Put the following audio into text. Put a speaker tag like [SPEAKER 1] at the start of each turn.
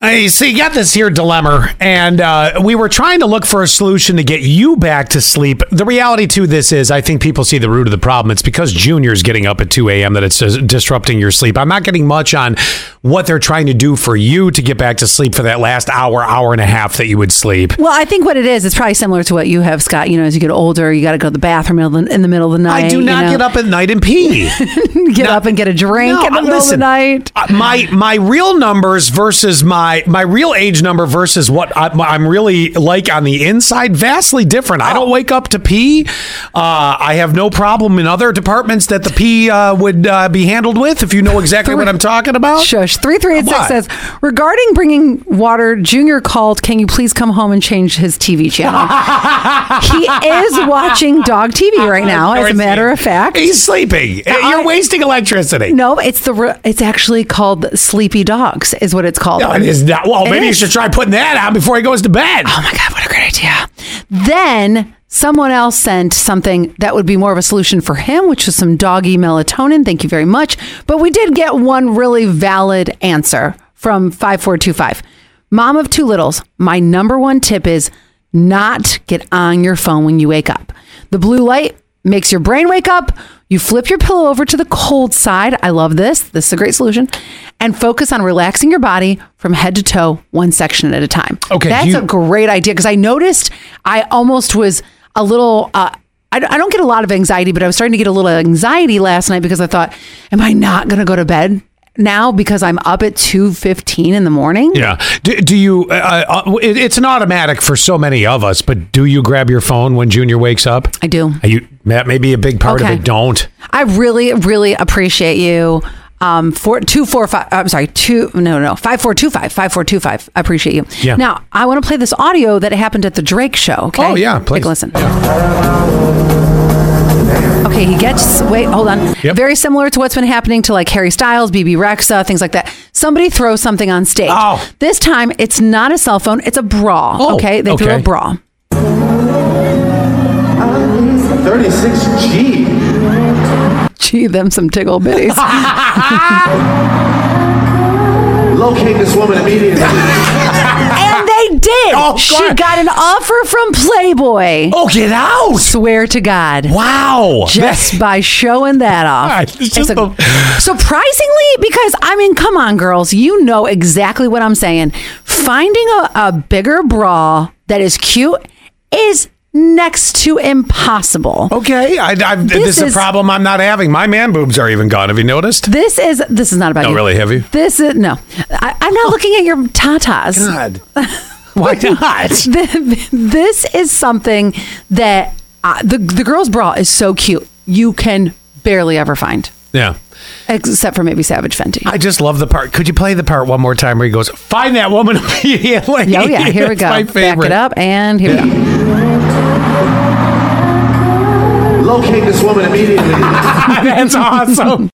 [SPEAKER 1] Hey, so you got this here dilemma, and uh, we were trying to look for a solution to get you back to sleep. The reality to this is, I think people see the root of the problem. It's because Junior's getting up at 2 a.m. that it's dis- disrupting your sleep. I'm not getting much on what they're trying to do for you to get back to sleep for that last hour, hour and a half that you would sleep.
[SPEAKER 2] Well, I think what it is, it's probably similar to what you have, Scott. You know, as you get older, you got to go to the bathroom in the- in the middle of the night.
[SPEAKER 1] I do
[SPEAKER 2] you
[SPEAKER 1] not
[SPEAKER 2] know,
[SPEAKER 1] get up at night and pee.
[SPEAKER 2] get up and get a drink in
[SPEAKER 1] uh,
[SPEAKER 2] the middle of the night.
[SPEAKER 1] uh, My my real numbers versus my my real age number versus what I, I'm really like on the inside vastly different. I
[SPEAKER 2] Oh.
[SPEAKER 1] don't wake up to pee. Uh, I have no problem in other departments that the pee uh, would uh, be handled with. If you know exactly what I'm talking about.
[SPEAKER 2] Shush. Three three eight six
[SPEAKER 1] What?
[SPEAKER 2] says regarding bringing water. Junior called. Can you please come home and change his TV channel? he is watching dog TV right now. As a matter of fact,
[SPEAKER 1] he's sleeping. You're
[SPEAKER 2] I-
[SPEAKER 1] wasting electricity.
[SPEAKER 2] no, it's the re- it's actually called Sleepy Dogs, is what it's called.
[SPEAKER 1] No, it is not. Well,
[SPEAKER 2] It
[SPEAKER 1] maybe
[SPEAKER 2] is.
[SPEAKER 1] you should try putting that on before he goes to bed.
[SPEAKER 2] Oh my God, what a great idea. Then someone else sent something that would be more of a solution for him, which was some doggy melatonin. Thank you very much. But we did get one really valid answer from 5425. Mom of two littles, my number one tip is not get on your phone when you wake up. The blue light makes your brain wake up. You flip your pillow over to the cold side. I love this. This is a great solution. And focus on relaxing your body from head to toe, one section at a time.
[SPEAKER 1] Okay,
[SPEAKER 2] That's
[SPEAKER 1] you-
[SPEAKER 2] a great idea because I noticed I almost was a little. Uh, I I don't get a lot of anxiety, but I was starting to get a little anxiety last night because I thought, "Am I not going to go to bed now because I'm up at two fifteen in the morning?"
[SPEAKER 1] Yeah. Do, do you? Uh, uh, it, it's an automatic for so many of us, but do you grab your phone when Junior wakes up?
[SPEAKER 2] I do.
[SPEAKER 1] Are you that may be a big part
[SPEAKER 2] Okay.
[SPEAKER 1] of it. Don't.
[SPEAKER 2] I really, really appreciate you. Um, four, two, four, five. uh, I'm sorry, two. No, no, five, four, two, five, five, four, two, five. I appreciate you.
[SPEAKER 1] Yeah.
[SPEAKER 2] Now I want to play this audio that happened at the Drake show. Okay.
[SPEAKER 1] Oh, yeah,
[SPEAKER 2] Take
[SPEAKER 1] please.
[SPEAKER 2] a listen. Okay, he gets. Wait, hold on.
[SPEAKER 1] Yep.
[SPEAKER 2] Very similar to what's been happening to like Harry Styles, BB Rexa, things like that. Somebody throws something on stage.
[SPEAKER 1] Oh.
[SPEAKER 2] This time it's not a cell phone; it's a bra.
[SPEAKER 1] Oh,
[SPEAKER 2] okay, they threw a
[SPEAKER 1] okay.
[SPEAKER 2] bra.
[SPEAKER 3] 36G.
[SPEAKER 2] Gee, them some tickle bitties.
[SPEAKER 3] Locate this woman immediately.
[SPEAKER 2] and they did.
[SPEAKER 1] Oh,
[SPEAKER 2] she
[SPEAKER 1] God.
[SPEAKER 2] got an offer from Playboy.
[SPEAKER 1] Oh, get out!
[SPEAKER 2] Swear to God.
[SPEAKER 1] Wow.
[SPEAKER 2] Just by showing that off.
[SPEAKER 1] All right, it's just
[SPEAKER 2] It's a-
[SPEAKER 1] the-
[SPEAKER 2] surprisingly, because I mean, come on, girls, you know exactly what I'm saying. Finding a, a bigger bra that is cute is next to impossible.
[SPEAKER 1] okay. I, I, this, is
[SPEAKER 2] is-
[SPEAKER 1] a problem I'm not having. My man boobs are even gone. Have you noticed?
[SPEAKER 2] This is this is not about
[SPEAKER 1] Not
[SPEAKER 2] you.
[SPEAKER 1] Oh, really heavy.
[SPEAKER 2] This is no. I, I'm not looking at your tatas.
[SPEAKER 1] God. Why not?
[SPEAKER 2] Th- this is something that uh, the the girl's bra is so cute you can barely ever find,
[SPEAKER 1] yeah.
[SPEAKER 2] except for maybe Savage Fenty.
[SPEAKER 1] I just love the part. Could you play the part one more time where he goes, "Find that woman immediately"?
[SPEAKER 2] oh yeah, here we
[SPEAKER 1] It's
[SPEAKER 2] go.
[SPEAKER 1] My
[SPEAKER 2] Back
[SPEAKER 1] favorite.
[SPEAKER 2] it up, and here we go.
[SPEAKER 3] Locate this woman immediately.
[SPEAKER 1] That's awesome.